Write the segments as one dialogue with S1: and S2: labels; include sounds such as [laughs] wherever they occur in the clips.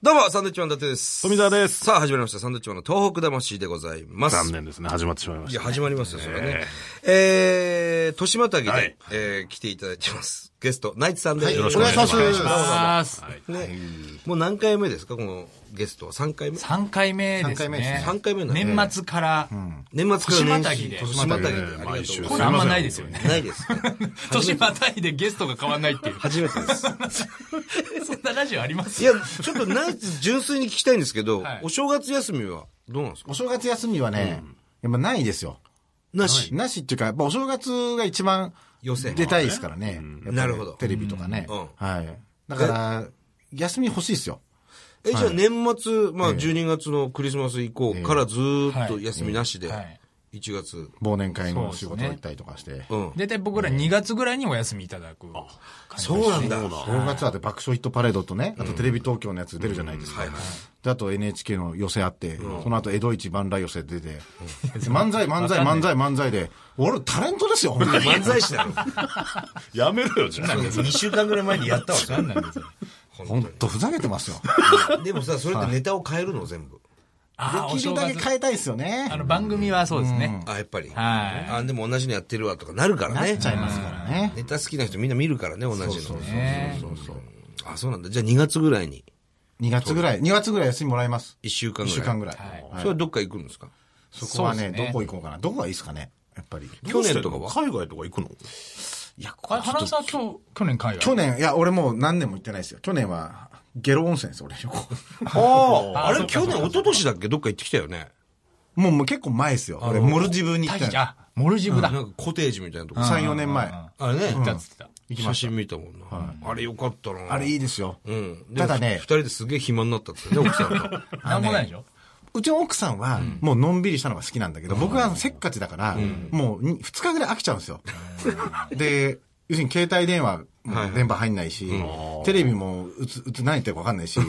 S1: どうも、サンドウィッチマン伊達です。
S2: 富澤です
S1: さあ、始まりました。サンドウィッチマンの東北魂でございます。
S2: 残念ですね。始まってしまいま
S1: い
S2: し
S1: や、
S2: た。
S1: 始まりますよ、それはね。えー、豊島たぎで、
S2: はい
S1: えー来ていただいてます。ゲスト、ナイツさんです。
S3: はい
S1: よろしく
S3: お願いします
S2: お願いし
S4: ます。
S1: ね、もう何回目ですか、このゲストは。3回目
S4: 3回目で
S3: 三
S4: す
S3: 回目で
S4: ね
S3: す。
S1: 三回目なの
S4: 年末から、
S1: 年末から年始。
S4: 年またぎで
S1: 年またぎで。ありがとうござい
S2: 毎
S1: ます
S2: 週。
S4: こういうのあんまないですよね。
S1: ないですね。
S4: 年またいでゲストが変わんないっていう。
S1: 初めてです。
S4: そんなラジオあります
S1: いや、ちょっとナイツ純粋に聞きたいんですけど、
S4: はい
S1: お正月休みはどうなんですか
S3: お正月休みはね、やっぱないですよ。
S1: なし。
S3: なしっていうか、やっぱお正月が一番
S1: 予選
S3: 出たいですからね。やっぱり
S1: なるほど
S3: テレビとかね。
S1: うん
S3: はい。だから、休み欲しいですよ。
S1: え、じゃあ年末、まあ12月のクリスマス以降からずーっと休みなしで
S4: は、い。
S1: 1月。
S3: 忘年会の仕
S4: そう
S3: 事
S4: ですね
S3: 行ったりとかして。
S1: うん。
S4: 大体僕ら2月ぐらいにお休みいただく。
S1: そうなんだ。
S3: 正月はで爆笑ヒットパレードとね、あとテレビ東京のやつ出るじゃないですか。で、あと NHK の寄せあって、その後江戸一万来寄せ出て、で漫才、漫才、漫才、漫才で、俺タレントですよ、本当
S1: [laughs]
S3: に。
S1: 漫才師だろ。
S2: やめろよ、じゃあ。
S1: 2週間ぐらい前にやったわ。
S4: なんなんですよ。
S3: 本当ふざけてますよ。
S1: でもさ、それってネタを変えるの全部。
S4: ああ、お
S3: でき
S4: 正
S3: るだけ
S4: 月。
S3: 変えたいですよね
S4: あ。の番組はそうですね。
S1: あ、やっぱり。
S4: はい
S1: あ、でも同じのやってるわとかなるからね。
S3: なっちゃいますからね。
S1: ネタ好きな人みんな見るからね、同じの。そうそう
S4: ね
S1: そうそう。あ、そうなんだ。じゃあ2月ぐらいに、
S3: 2月ぐらい、2月ぐらい休みもらいます。
S1: 1週間ぐ
S3: 1
S1: らい。
S3: 週間ぐらい。
S4: はい
S3: はい
S1: それはどっか行くんですか
S3: そこは
S4: そう
S3: ね
S4: ですね
S3: どこ行こうかな。どこがいいですかね、やっぱり。
S1: 去年とかは
S2: 海外とか行くの
S3: いや、こ
S4: あれ、花尾さんは今日、去年海外。
S3: 去年、いや、俺もう何年も行ってないですよ。去年は、ゲロ温泉です、俺旅行。
S1: ああ、
S4: あ
S1: あれ
S4: そっかそ
S1: 去
S4: っか
S1: 年、一昨年だっけどっか行ってきたよね。
S3: もう、もう結構前ですよ。俺、モルジブに行った
S4: 大
S3: の
S4: 輝あ、モルジブだ。
S1: なんかコテージみたいなとこ。
S3: 3、4年前。
S1: あれね。
S4: 行ったっつってた。
S3: 行き
S1: 写
S3: まし
S1: 真見たもんな。あれよかったな。
S3: た。あれいいですよ。
S1: うん。でも
S3: ただね
S1: 二人ですげえ暇になったっつってね、奥さん
S4: [laughs]
S1: と。
S4: なんもないでしょ
S3: うちの奥さんは、もうのんびりしたのが好きなんだけど、僕はせっかちだから、もう2日ぐらい飽きちゃうんですよ。で、要するに携帯電話も電波入んないし、テレビもうつ、うつ何言ってるか分かんないし、で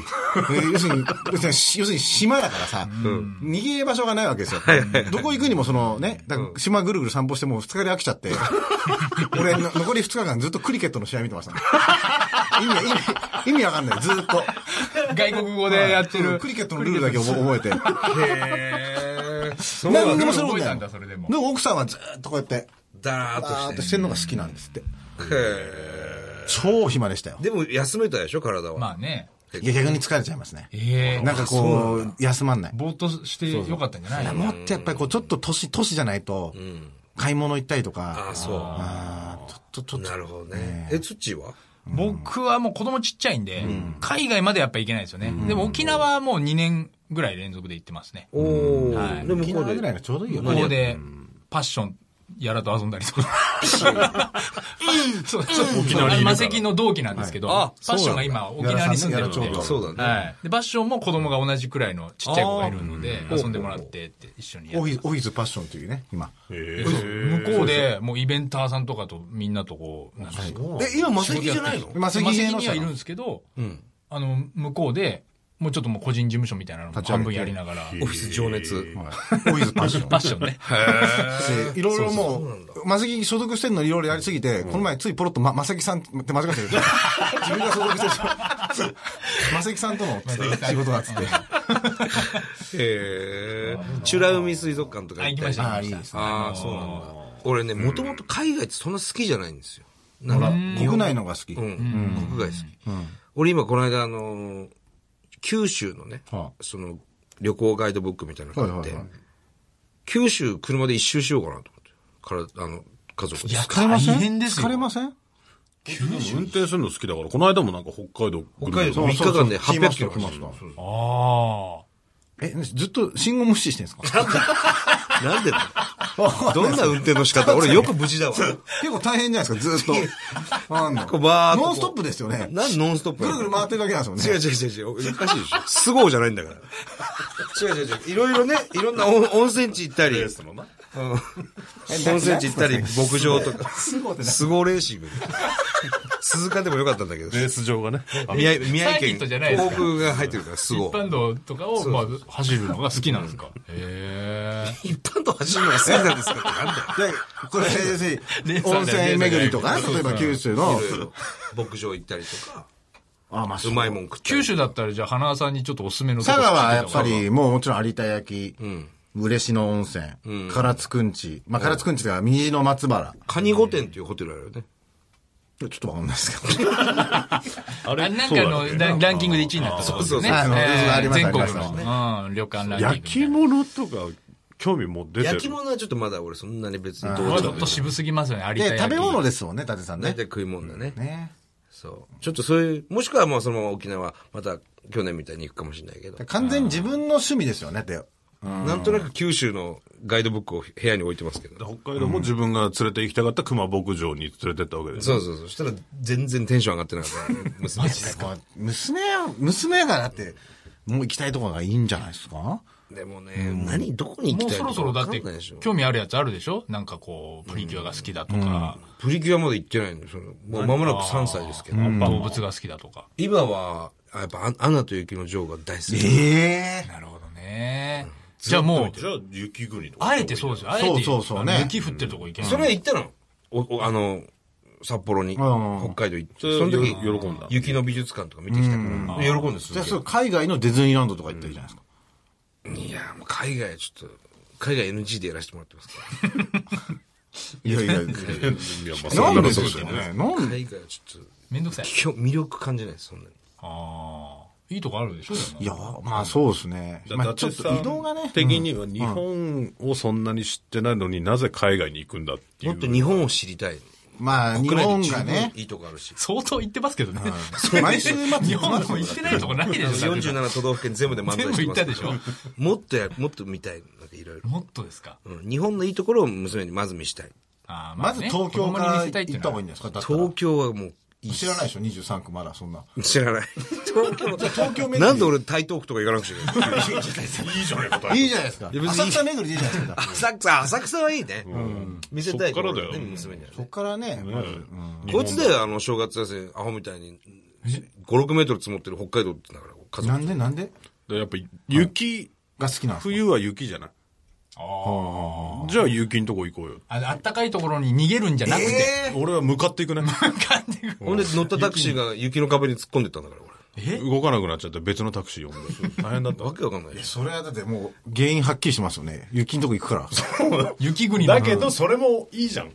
S3: 要するに、要するに要するに島だからさ、逃げ場所がないわけですよ。どこ行くにもそのね、だから島ぐるぐる散歩してもう2日ぐらい飽きちゃ [laughs] って、俺の残り2日間ずっとクリケットの試合見てました、意味、意味、意味わかんない、ずっと。
S4: 外国語でやっ
S3: そ
S4: て
S3: う
S4: る。
S3: クリケットのルールだけ覚覚えて。
S4: へぇ
S3: 何にもする
S4: 覚
S3: こと
S4: え
S3: な
S4: た
S3: い
S4: んだ、それでも
S3: で。も奥さんはずーっとこうやって、
S1: だー
S3: あー
S1: っ
S3: っ
S1: と
S3: と
S1: し
S3: してるのが好きなんですって。
S1: て。へ
S3: 超暇でしたよ
S1: ー。でも休めたでしょ、体は。
S4: まあね。
S3: いや、逆に疲れちゃいますね。
S4: ええ。
S3: なんかこう、休まんない。
S4: ぼーっとしてよかったんじゃない
S3: いやもっとやっぱりこう、ちょっと年、年じゃないと、買い物行ったりと
S1: あ
S3: か
S1: あ、、そ
S3: あーちょっと、ちょ
S1: う。
S3: っと
S1: な、るほどね。え、土は
S4: 僕はもう子供ちっちゃいんで、海外までやっぱ行けないですよね。でも沖縄はもう2年ぐらい連続で行ってますね。
S1: おお
S4: は。い
S1: で、
S3: 沖
S1: 向こう
S3: 縄
S1: で
S3: ぐらい。がちょうどいいよ
S4: ここ
S3: ね。
S4: で、パッション、やらと遊んだりとか。 [laughs] そうそう。
S2: 沖縄にいるから
S4: あのマセキの同期なんですけど、
S1: はいあ
S4: パッションが今沖縄に住んでるの
S3: やら
S4: で
S3: ちょう。
S1: そうだね。
S4: はい。で、パッションも子供が同じくらいのちっちゃい子がいるので、遊んでもらってって一緒にや
S3: オ
S4: っ
S3: フ
S4: て
S3: ィス、オフィスパッションというね、今。
S2: え
S4: 向こうで、もうイベンターさんとかとみんなとこう、なんか
S1: え、今、マセキじゃないの
S3: まあ、
S4: マ
S3: 関
S4: セ
S3: 係
S4: キ
S3: の
S4: に
S3: 人
S4: はいるん
S3: が
S4: ですけど、
S1: うん。
S4: あの、向こうで、もうちょっともう個人事務所みたいなのも
S3: 立ち上げ
S4: 半
S3: て
S4: 分やりながら、
S1: オフィス情熱。
S3: オフィスパッション
S4: パッ。ショ
S1: [laughs]
S4: ンね。
S3: いろいろもう、マセキ所属してるのにいろいろやりすぎて、この前ついポロッとま、マセキさんって間違ってる。自分が所属してる人。マセキさんとの仕事だっつって。
S1: へえ。美ら海水族館とか。
S4: あ、行きましたた。
S3: ああ、いい
S4: 行きま
S3: で
S4: し
S3: す
S4: た
S3: ね。
S1: ああ、そうなんだ。俺ね、もともと海外ってそんな好きじゃないんですよ。なん
S3: ほ、
S1: から
S3: 国内のが好き。
S1: う
S3: は
S1: ん、国外好き。俺今この間あのー、九州のね、
S3: は
S1: その旅行ガイドブックみたいなの
S3: い
S1: があっ
S3: はい
S1: て、
S3: はい。
S1: 九州車で一周しようかなと思って、から、あの、家族で。
S3: 疲れません
S4: 大変ですよ
S3: 疲れません
S2: 運転するの好きだから、この間もなんか北海道
S1: 北
S2: 北
S1: 海道3日間で800キロ
S3: 来ました来まし
S4: あ
S3: え、ずっと信号無視してんですか
S1: [laughs] なんでだよどんな運転の仕方俺よく無事だわ。
S3: 結構大変じゃないですか、ずっと。なんだ
S1: こうバーっとこう
S3: ノンストップですよね。
S1: なんでノンストップ
S3: ぐるぐる回ってるだけなんです
S1: 違
S3: よ
S1: う
S3: ね。
S1: 違う違う違う。おかしいでしょ。すごじゃないんだから。違う違う違う。いろいろね、いろんな温温泉地行ったり、
S2: のな。
S1: うん温泉地行ったり、牧場とか。
S3: すごいってな
S1: スゴレーシング。鈴鹿でもよかったんだけど。
S2: レース場がね。
S1: 宮城宮
S4: サーキ
S1: 城
S4: ットじゃ
S1: 県、
S4: ない
S1: 東
S4: ですか
S1: 北が入ってるから、す
S4: あ。一
S1: ごい。
S4: 般道とかを、まあ、走るのが好きなんですか。へえ。
S1: 一般道走るのが好きなんですかってなんだよ。
S3: で、これ、要するに
S4: レーサーだよ
S3: 温泉巡りとかね、
S4: レーサーだよ
S3: 例えば九州
S1: [laughs]
S3: の
S1: いろいろ牧場行ったりとか。
S3: あ、まあ、そう
S1: まいもん食ったり
S4: 九州だったらじゃあ花さんにちょっとおすすめのとこ
S3: 佐賀はや
S4: 聞い
S3: って
S4: も
S3: ぱ
S4: らおう
S3: り、もうもちろん有田焼、嬉野温泉、唐津くんち、まあ、唐津くんちが虹の松原。
S1: カニ御殿っていうホテルあるよね。
S3: ちょっとわかんないですけど。
S2: あ
S4: あなんかあのランランキングで1位になったそうですね。
S3: そうそうそう
S4: えー
S3: ありますあ
S4: 全
S3: り
S4: 国
S3: ま
S4: の
S3: す、
S4: うん、旅館ランキング。
S2: 焼き物とか、興味も出てる。
S1: 焼き物はちょっとまだ俺そんなに別にど
S4: こ
S1: う
S4: れ
S1: で
S4: ちょ
S1: も
S4: っと渋すぎますよね、有田
S3: で、
S4: 焼
S3: 食べ物ですもんね、伊達さん
S1: 大
S3: ね
S1: 体。食い物だね。
S3: ね。
S1: そう。ちょっとそういう、もしくはもうそのまま沖縄、また去年みたいに行くかもしれないけど。
S3: 完全に自分の趣味ですよね、で。
S1: なんとなく九州のガイドブックを部屋に置いてますけど。
S2: 北海道も自分が連れて行きたかった熊牧場に連れてったわけです。
S1: そうそうそう。そしたら全然テンション上がってなかった。娘
S3: まあ娘は、娘がだって、もう行きたいところがいいんじゃないですか
S1: でもね、何、どこに行き
S4: もう
S1: たい
S4: そろそろだって
S1: わかんないでしょ、
S4: 興味あるやつあるでしょなんかこう、プリキュアが好きだとか、
S1: プリキュアまで行ってないんで、その、もう間もなく3歳ですけど。
S4: 動物が好きだとか。
S1: 今は、あやっぱ、アアナと雪の女王が大好き。
S3: ええ
S4: なるほどね。じゃあもう、
S2: じゃあ、雪国とか。
S4: あえてそうですよ。あえて、
S3: そうそうそうね
S4: あの雪降ってるとこ行けない。
S1: それ行ったのおおあの、札幌に、
S3: ん
S1: 北海道行って、
S2: それ
S1: その時、
S2: よ喜んだ
S1: 雪の美術館とか見てきたから、喜んです
S3: じゃあ、そ
S1: よ
S3: う、海外のディズニーランドとか行ったらいいじゃないですか。
S1: いや、もう海外はちょっと、海外 NG でやらせてもらってますから。
S3: いやいや、なん
S2: いや、まあ、
S3: でです
S2: そう
S3: よね。なんで
S1: 海外はちょっと、
S4: めんどくさい。
S1: きょ魅力感じないです、そんなに。
S4: ああ。いいとこあるでしょでも
S3: いや、まあそうですね。
S2: だ
S3: まあ
S2: 伊
S3: ちょっ
S2: 達
S3: と
S2: さん
S3: 移動がね。
S2: 的には日本をそんなに知ってないのになぜ海外に行くんだっていう。
S1: もっと日本を知りたい。
S3: まあ日
S1: 国
S3: 本が
S1: 内で十分
S3: ね、
S1: いいとこあるし。
S4: 相当行ってますけどね。
S3: 毎週末
S4: 日本も行ってないとこないでしょ
S1: 47都道府県全部で漫才してますけど
S4: 全部行ったで
S1: もっとや、もっと見たい。なんかいろいろ。
S4: もっとですか。
S1: うん日本のいいところを娘にまず見したい。
S4: あー
S3: まず
S4: ね
S3: 東京から
S4: 子供に見
S3: 行
S4: せ
S3: ったた
S4: いっていうの
S3: 方
S4: は
S3: がいいんじゃないですかだったら
S1: 東京はもういい
S3: 知らないでしょ、23区まだ
S1: [laughs]
S3: そんな。
S1: 知らない。東京、東
S3: 京巡り
S1: なんで俺台東区とか行かなくちゃいけないの
S2: いいじゃないかと。
S3: いいじゃないですか。
S1: 別に
S3: 浅草巡りでいいじゃないですか。
S1: 浅草、浅草はいいね。見せたいところ
S2: そっからだよ
S1: 娘にはね
S3: そっからね、まず
S1: こいつであの、正月休み、アホみたいに、5、6メートル積もってる北海道ってだから、家
S3: な
S1: 族。
S3: んでなんで
S2: でやっぱ雪、
S3: が好きなんですか
S2: 冬は雪じゃない。じゃあ雪のとこ行こうよ。
S4: あのあったかいところに逃げるんじゃなくて、
S2: 俺は向かっていく [laughs] ね。
S1: ほんで乗ったタクシーが雪の壁に突っ込んでったんだから、俺。
S2: 動かなくなっちゃって別のタクシー呼んで。大変だった
S1: わ。けわかんないです。
S3: それはだってもう原因はっきりしてますよね。雪のとこ行くから。
S4: 雪国の。
S2: だけど、それもいいじゃん。い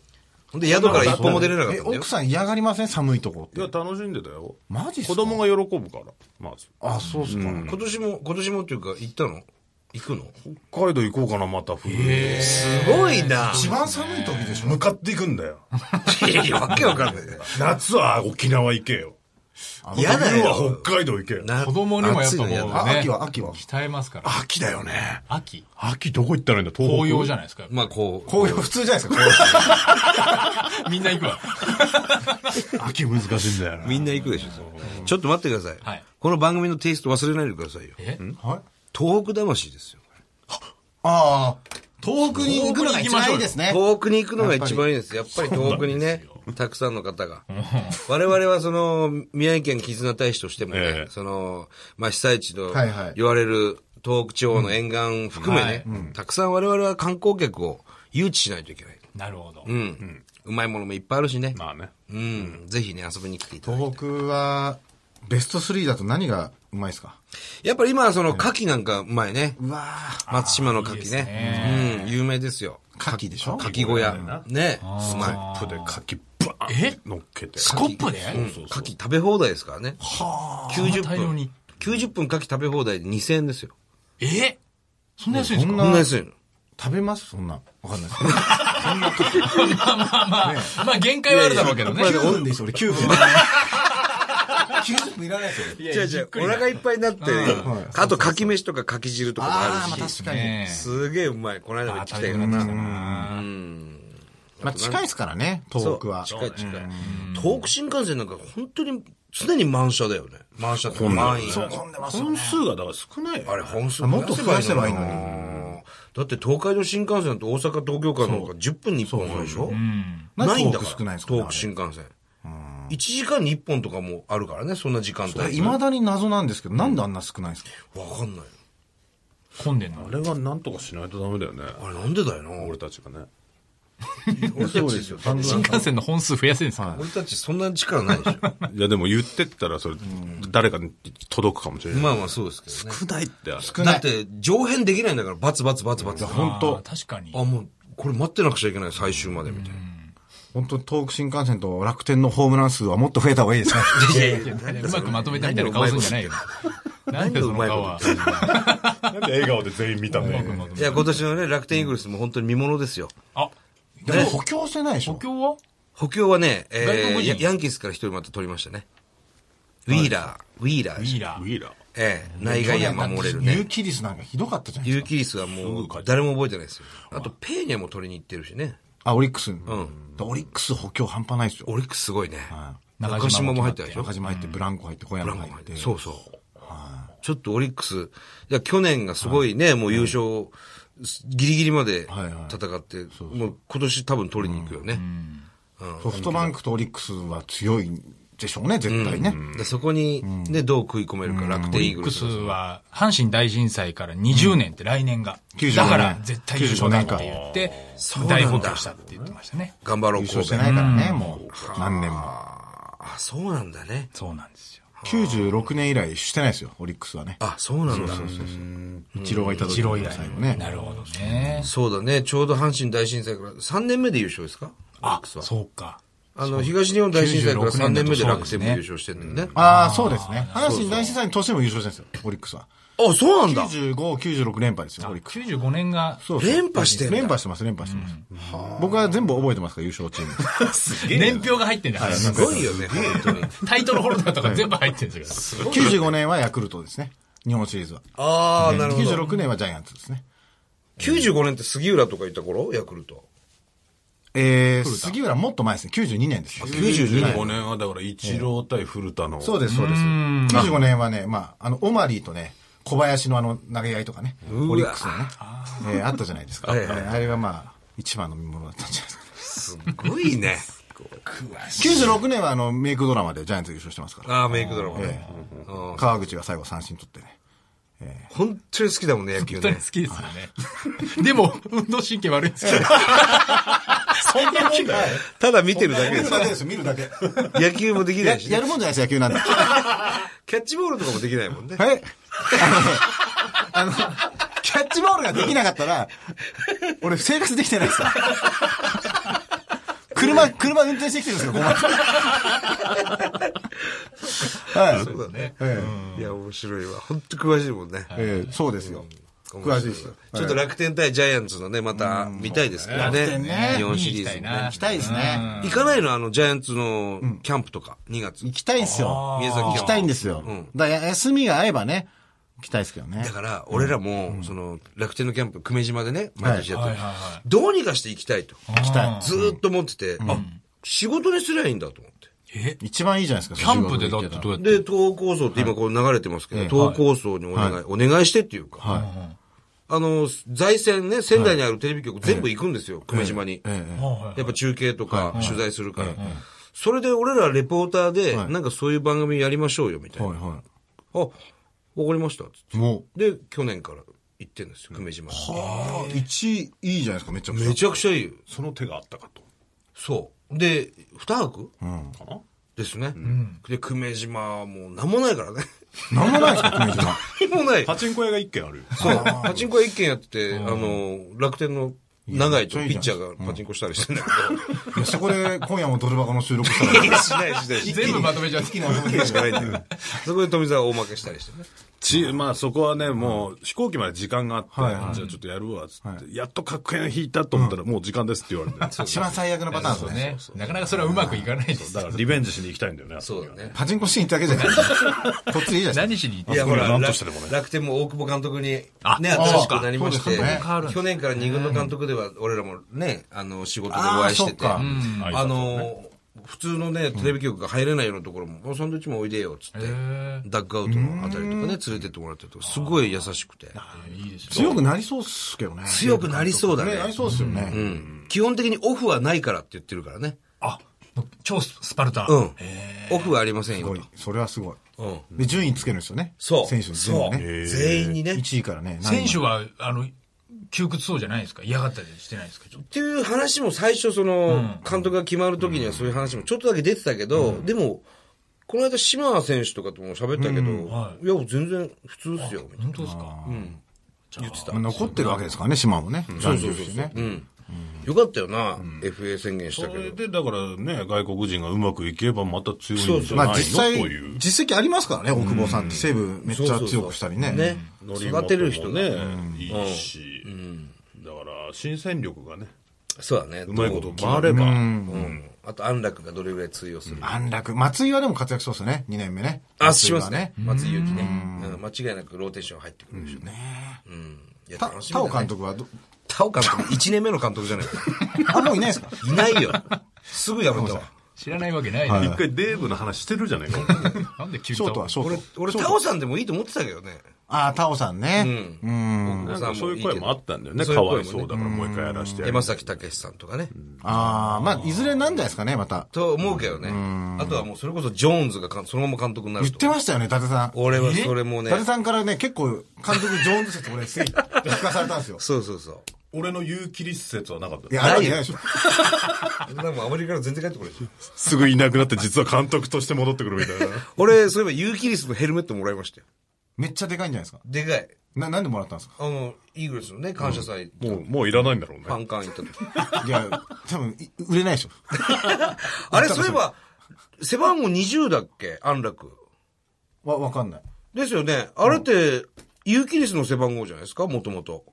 S1: ほんで宿から一歩も出れなかっ
S3: え、
S1: たんだよ
S3: 奥。さん嫌がりません寒いとこって。
S2: や、楽しんでたよ。
S3: マジっすか
S2: 子供が喜ぶから、まず。
S3: あ、そうっすか。
S1: 今年も、今年もっていうか、行ったの行くの
S2: 北海道行こうかな、また冬。向
S1: すごいな
S3: 一番寒い時でしょ
S2: かっていくん [laughs] だよ。
S1: いやいや、わけわかんない。
S2: 夏は沖縄行けよ。
S1: やだ
S2: 冬
S1: よ
S2: は。北海道行けよ。
S1: な
S4: 子供にもやっぱこう、
S1: 暑い
S4: ね、
S1: の嫌
S3: だあ秋は秋は
S4: 鍛えますから。
S2: 秋だよね。
S4: 秋
S2: 秋どこ行ったらいいんだ、東北。
S4: 紅葉じゃないですか。
S1: まあ、こう。
S3: 紅葉普通じゃないですか紅葉、
S4: みんな行くわ。
S2: 秋難しいんだよな。
S1: みんな行くでしょ、それちょっと待ってください,、
S4: はい
S1: この番組のテイスト忘れないでくださいよ。
S4: え
S3: はい、
S1: 東北魂ですよ。
S3: ああ、東北に行くのが一番いいですね。
S1: 東北に行くのが一番いいです。やっぱり東北にね、たくさんの方が。我々はその、宮城県絆大使としてもね、
S2: ええ
S1: その、まあ、被災地と
S3: はいはい
S1: 言われる東北地方の沿岸含めね、たくさん我々は観光客を誘致しないといけない。
S4: なるほど。
S1: うん。うまいものもいっぱいあるしね。
S2: まあね。
S1: うん。ぜひね、遊びに来ていただきたい。
S3: 東北は、ベスト3だと何がうまいですか
S1: やっぱり今はその、牡蠣なんかうまいね。
S3: うわぁ。
S1: 松島の牡
S4: いいで
S1: 蠣
S4: す
S1: ね。うん。有名ですよ。
S3: 牡蠣でしょ
S1: 牡蠣小屋。ね。うまい。
S2: プで柿バーン
S4: え
S2: 乗っけて。
S4: スコップで
S1: うん牡蠣食べ放題ですからね。90
S4: 大量に
S1: 分。90分牡蠣食べ放題で2000円ですよ。
S4: えそんな安いんです
S3: そ
S4: か
S3: ん
S1: こんな
S3: な、
S1: 安いの。
S3: 食べますそんな。わかんない [laughs] です。
S4: まあ限界はあるだろうけどね。
S3: 9分 [laughs] です、俺9分。90分いらないですよ、俺。
S1: 違う違う、お腹いっぱいになって、あと牡蠣飯とか牡蠣汁とかも
S3: ああ、ま
S1: あ
S3: あ
S1: るし。
S3: 確かに。
S4: ね
S1: すげえうまい。この間も行ってきたけど。
S3: まあ近いですからね、
S1: そう
S3: 東北は。
S1: 近い近い。東北新幹線なんか本当に常に満車だよね。満車とか満員。
S3: 混んでますよ
S2: 本数がだから少ないよ。
S1: あれ本数
S3: もっと増やせばいいのに
S1: に。だって東海道新幹線と大阪東京間の方が10分に1本あるでしょないんだから。
S3: なんで東北少ないんですかね
S1: 東北新幹線。1時間に1本とかもあるからね、そんな時間帯。
S3: いまだに謎なんですけど、なんであんな少ないんですか
S1: わかんない。
S4: 混んでんの
S2: あれはなんとかしないとダメだよね。
S1: あれなんでだよな。
S2: 俺たちがね。
S1: 俺たちですよ。
S2: 半分
S4: 新幹線の本数増やせるんですか、
S1: 俺たちそんな力ないでしょ。
S2: いや、でも言ってったら、それ、誰かに届くかもしれない。
S1: まあまあそうですけどね。
S2: 少ないってある。
S3: 少
S1: だ
S3: ない。
S1: って、上辺できないんだから、バツバツバツバツ。あ、
S3: 本当
S4: あー確かに。
S1: もう、これ待ってなくちゃいけない、最終までみたいな。
S3: 本当東北新幹線と楽天のホームラン数はもっと増えた方がいいですね。
S4: うまくまとめたみたいな顔するんじゃないよ。なんでその顔は。
S2: なんで笑顔で全員見たんだよ。
S1: いや、今年のね、楽天イーグルスも本当に見ものですよ。
S4: あ、
S3: [laughs] でも補強してないでし
S4: 補
S3: ょ。
S4: 強は
S1: 補強はね、え
S4: 外国
S1: ー、
S4: 人
S1: ヤヤンキースから一人また取りましたね。ウィーラー、ウィーラー
S4: ウ
S1: でし
S4: ィ
S1: ょ
S4: ーラ
S2: ウ
S4: ー。
S2: ィーラー。
S1: ええ、内外野守れる
S3: ユー
S1: ね。
S3: キリスなんかひどかったじゃないで
S1: ユ
S3: す
S1: ー
S3: か。
S1: キリスはもう、誰も覚えてないですよ。あと、ペーニャも取りに行ってるしね。
S3: あ、オリックス。うん。オリックス補強半端ないですよ。
S1: オリックスすごいね。
S3: はい
S1: 中島も入ってたでしょ
S3: 中島入って、ブランコ入って、小山入って。
S1: そうそう。ちょっとオリックス、いや、去年がすごいね、もう優勝、ギリギリまで
S3: はいはい
S1: 戦って、もう今年多分取りに行くよね。
S3: ソフトバンクとオリックスは強いでしょうね、絶対ね。
S1: でそこに、ね、どう食い込めるか、楽天イーグ
S4: ク
S1: ルス
S4: ス。は、阪神大震災から20年って来年が。
S3: 95年
S4: だから、絶対優勝だって言って
S1: う、なんだ
S4: 大補強したって言ってましたね。
S1: 頑張ろう、
S3: 優勝
S1: 神
S3: して
S1: 戸。
S3: ないからね、もう、何年も。
S1: あ、そうなんだね。
S4: そうなんですよ。
S3: 96年以来してないですよ、オリックスはね。
S1: あ、そうなんだ。
S3: 一郎がいた時
S4: 一郎以来
S3: 最後ね。
S4: なるほどね。
S1: そうだね。ちょうど阪神大震災から3年目で優勝ですか
S4: あ、
S1: スは
S4: そうか。
S1: あの、東日本大震災から3年目で
S4: 96
S1: 楽天も優勝してるんだよね。
S3: ああ、そうですね。阪神大震災の年も優勝してるんですよ、オリックスは。
S1: あ、そうなんだ。
S3: 95、96連覇ですよ、オリックス。
S4: 95年が、
S3: そうそう
S1: 連覇してんだ
S3: 連覇してます、連覇してます。僕は全部覚えてますから、優勝チーム。
S4: 年表が入ってんだから。
S1: すごいよね、本当に。
S4: タイトルホルダーとか全部入ってるんですよ。
S3: 95年はヤクルトですね。日本シリーズは。
S1: ああ、なるほど。
S3: 96年はジャイアンツですね。
S1: 95年って杉浦とかいた頃ヤクルト。
S3: えー、杉浦もっと前ですね。92年ですよ。
S2: 95年はだから、一郎対古田の。
S3: そうです、そうです。95年はね、まあ、あの、オマリーとね、小林のあの、投げ合いとかね、
S1: わ
S3: オリックスのね、えーあったじゃないですか。
S1: は
S3: え
S1: いはい
S3: ーあれがまあ、一番の見物だったんじゃないですか。
S1: すごいね。
S3: 96年はあの、メイクドラマでジャイアンツ優勝してますから。
S1: ああ、メイクドラマ
S3: え
S1: ね。
S3: ー川口が最後三振取ってね。
S1: 本当に好きだもんね、野球
S4: 本当に
S1: ね
S4: 好。きですよね。でも、運動神経悪いんです [laughs] けど。そんなもんだよ。
S1: ただ見てるだけ
S3: 見
S1: で
S3: る
S1: す
S3: だけです、見るだけ。
S1: 野球もできな
S3: [laughs] や
S1: いし
S3: や
S1: ね。
S3: るもんじゃないです、野球なんで。
S1: キャッチボールとかもできないもんね。
S3: はい。 [laughs] あの [laughs] ね、あの、キャッチボールができなかったら、俺生活できてないですよ。 [laughs] 車、車運転してきてるんですよ、ここまで [laughs] はい。
S1: そうだね。
S3: え
S1: いや、面白いわ。本当詳しいもんね。
S3: えええそうですよ。詳しいですよ。
S1: ちょっと楽天対ジャイアンツのね、また見たいですからね。
S3: 楽天ね
S1: 日本シ
S4: 見
S1: リ
S4: に行
S1: ーズ
S4: きたい
S1: もね
S4: な
S3: 行。きたいですね。
S1: 行かないのあの、ジャイアンツのキャンプとか、2月。
S3: 行きたいんですよ。
S1: 宮崎キ
S3: 行
S1: ャンプ
S3: きたいんですよ。だから休みが合えばね、行きたいですけどね
S1: だ。から、俺らも、その、楽天のキャンプ、久米島でね、毎年やって
S4: はい
S1: る
S4: はいは
S1: どうにかして行きたいと。
S3: 行きたい。
S1: ずーっと思ってて、あ、仕事にすりゃいいんだと思って。
S4: [laughs] え
S3: 一番いいじゃないですか、
S4: キャンプでだってどうやって
S1: で、東高層って今こう流れてますけど、
S3: はい
S1: 東高層にお願い、お願いしてっていうか、
S3: は
S1: あの、財政ね、仙台にあるテレビ局全部行くんですよ、久米島に。
S3: ええええ
S1: やっぱ中継とか取材するから。それで俺らレポーターで、なんかそういう番組やりましょうよ、みたい
S3: は
S1: な。
S3: いは
S1: あ、わかりました。つっ
S3: い。もう、
S1: てで、去年から行ってんですよ、久米島に。
S3: ああ、1いいじゃないですか、めちゃくちゃ。
S1: めちゃくちゃいいよ。
S2: その手があったかと。
S1: そう。で、二泊
S2: かな
S1: ですね。で、久米島はもう何もないからね。
S3: なんもないですか、久米島。
S1: 何も
S3: [laughs]
S1: ない。
S2: パチンコ屋が一軒あるよ。
S1: そう。パチンコは一軒やってて、あの、楽天の長井とピッチャーがパチンコしたりしてんだけ
S3: いやそこで今夜もドルバカの収録した
S1: ど。
S3: ら、
S1: しないしないしない。
S4: 全部まとめちゃって。
S1: 一軒しかないんだよ。そこで富澤大負けしたりしてね。
S2: ち、まあそこはね、もう飛行機まで時間があって、
S3: はいはい
S2: じゃあちょっとやるわ、つって、やっと格円引いたと思ったら、もう時間ですって言われて。 [laughs] だ
S3: 一番最悪のパターンですよね。
S4: ね。なかなかそれはうまくいかないです。
S2: からリベンジしに行きたいんだよね、
S1: そうだね。
S3: パチンコシーンってだけじゃない
S1: [laughs]
S3: こっちいいじゃないで
S4: 何しに行っ
S1: いや、
S2: あそ
S1: ほ
S2: こに
S1: ら、
S2: 何と
S1: 楽
S2: してでもね
S1: 楽天も大久保監督にね、
S4: あ
S1: 新しくなりまして
S3: そうかそうか、
S1: 去年から二軍の監督では、俺らもね、あの、仕事でお会いしてて、
S3: あーそっか
S1: うんあの、普通のね、テレビ局が入れないようなところも、おサンドイッチもおいでよ、つって、ダッグアウトのあたりとかね、連れてってもらったりとか、すごい優しくて、
S3: すか。強くなりそうっすけどね。
S1: 強くなりそうだね
S3: ねなりそうっすよね。
S1: うん基本的にオフはないからって言ってるからね。
S4: あ、超スパルタ。
S1: うん。オフはありません
S3: す
S1: よ
S3: ごい。それはすごい。
S1: と。うん。
S3: で、順位つけるんですよね。
S1: そう。
S3: 選手の順
S1: そ
S3: 位
S1: う。
S3: ね。
S1: 全員にね。
S3: 1位からね。
S4: 選手
S3: は
S4: は、あの、窮屈そうじゃないですか嫌がったりしてないですかちょっと
S1: っていう話も最初、その、監督が決まる時にはそういう話もちょっとだけ出てたけど、でも、この間、島選手とかとも喋ったけど、、
S4: はい
S1: や、全然普通ですよ、みたいな
S4: 本当ですか
S1: 言ってた。
S3: 残ってるわけですからね、島もね。
S1: そうそうそう。
S3: ね
S1: う。ん。よかったよな、FA 宣言し
S2: そ
S1: たけ
S2: れ
S1: ど。
S2: で、だからね、外国人がうまくいけばまた強いんじゃない
S3: ま
S2: の
S3: あ
S2: と
S3: 実際
S2: いう、。
S3: 実績ありますからね、大久保さんって。西武めっちゃ強くしたりね。
S1: ね。
S2: 乗り
S1: 育てる人
S2: もね
S1: ね。、
S2: いいし、だから、新戦力がね、
S1: そうだね。
S2: うまいこと
S1: る。
S2: 回れば、
S1: うん。あと、安楽がどれぐらい通用するか。
S3: 安楽。松井はでも活躍しそうですよね、2年目ね。
S1: あ、します
S3: 松井は
S1: ね。。松井裕樹ね。うん間違いなくローテーション入ってくるでしょうね。うん。いや、
S3: た
S1: 楽しみ
S3: 田尾
S1: だ
S3: 監
S1: ね。
S3: 督はど、
S1: タオ監督、1年目の監督じゃないか。 [laughs]
S3: あ、もういないですか
S1: いないよ。すぐやめたわ。
S4: 知らないわけない、
S3: はい
S2: 一回デーブの話してるじゃないか。
S4: なんで急
S3: ショートはショート。
S1: 俺、タオさんでもいいと思ってたけどね。
S3: あー、田尾さんね。
S1: う
S3: うん。
S2: なんかそういう声もあったんだよね。
S1: そ
S2: か
S1: ういう声も
S2: わ
S1: ね
S2: いそうだからもう一回やらしてやる
S1: 山。崎武さんとかね。
S3: ああ、まあ、いずれなんじゃないですかね、また。
S1: と思うけどね。あとはもうそれこそジョーンズがかんそのまま監督になる
S3: 言っ
S1: と
S3: て。ましたよね、伊達さん。
S1: 俺はそれも
S3: 伊
S1: ね。
S3: 達さんからね、結構、監督上手説、俺、すげえ、聞かされた
S1: [laughs]
S3: んですよ。
S1: そうそうそう。
S2: 俺の言う切り説はなかった
S3: い。や、あるわけないでしょ。
S1: でもアメリカから全然帰ってこないでしょ。
S2: すぐいなくなって実は監督として戻ってくるみたいな。
S1: 俺、そういえばユーキリスのヘルメットもらいましたよ。
S3: めっちゃでかいんじゃないですか。
S1: でかい。
S3: な、なんでもらったんです
S1: あの、イーグルスのね、感謝祭、
S2: [laughs] もう、もういらないんだろうね
S1: フ。ァンカン行った時。
S3: かいや、多分、い売れないでしょ。
S1: あれ、そういえば、背番号20だっけ安楽。
S3: わ、わかんない。
S1: ですよね。あれって、ユーキリスの背番号じゃないですかもともと。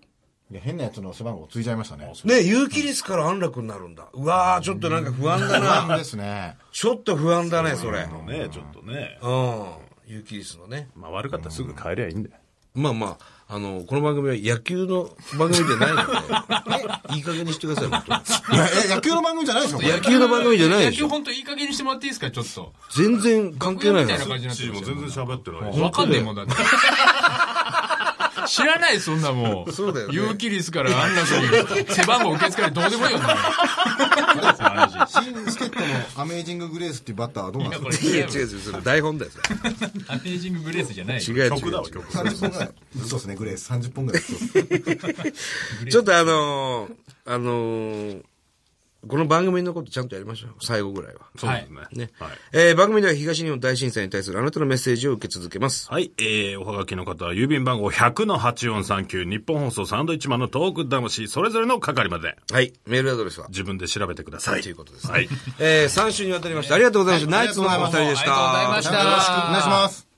S3: いや、変なやつの背番号ついちゃいましたね。
S1: ね、ユーキリスから安楽になるんだ。うわー、ちょっとなんか不安だ
S3: 不安
S1: な
S3: で。
S1: [laughs]
S3: すね。
S1: ちょっと不安だね、それ。うん。
S2: ねちょっとね。
S1: ユーキリスのね。
S2: まあ悪かったらすぐ帰りゃいいんだよ。
S1: まあまあ、あの、この番組は野球の番組じゃないの [laughs] で、いい加減にしてください、本当に。
S3: いや、え野球の番組じゃないですよ、これ。
S1: 野球の番組じゃないで
S4: 野
S1: し
S4: 球
S1: ょ
S4: 本当いい加減にしてもらっていいですかちょっと
S1: 全然関係ない
S4: み
S1: から
S4: たいな感じになって
S2: チー
S4: ま
S2: ム
S4: し
S2: 全然喋ってない
S4: た
S2: し。
S4: わかんねえもん [laughs] だって知らないそんなもう
S1: そうだよね
S4: 有機リスから安楽に背番号受け付けられどうでもいいよそんな
S3: 新
S4: の
S3: 助っ人のアメージンググレースっていうバッターはどうなんですか
S4: これ
S1: いや、違う違う、それ台本だよ、そ
S4: アメージンググレースじゃな
S1: れ。
S4: い
S1: 違う違う
S2: 曲だわ、
S1: 違う
S2: 曲。
S3: 30本ぐらい。そうですね、グレース。30本ぐらい。そうです
S1: ちょっとあのー、あのー、この番組のことちゃんとやりましょう。最後ぐらいは。
S2: そうですね。
S1: ね。
S2: はい。
S1: えー番組では東日本大震災に対するあなたのメッセージを受け続けます。
S2: はい、えー、おはがきの方は郵便番号100-8439日本放送サンドイッチマンのトーク魂それぞれの係まで
S1: はい。メールアドレスは
S2: 自分で調べてください。
S1: ということですね
S2: はい。
S1: えー、3週にわたりましてありがとうございました。ナイツのお二人でした。
S4: ありがとうございました
S3: お願いします。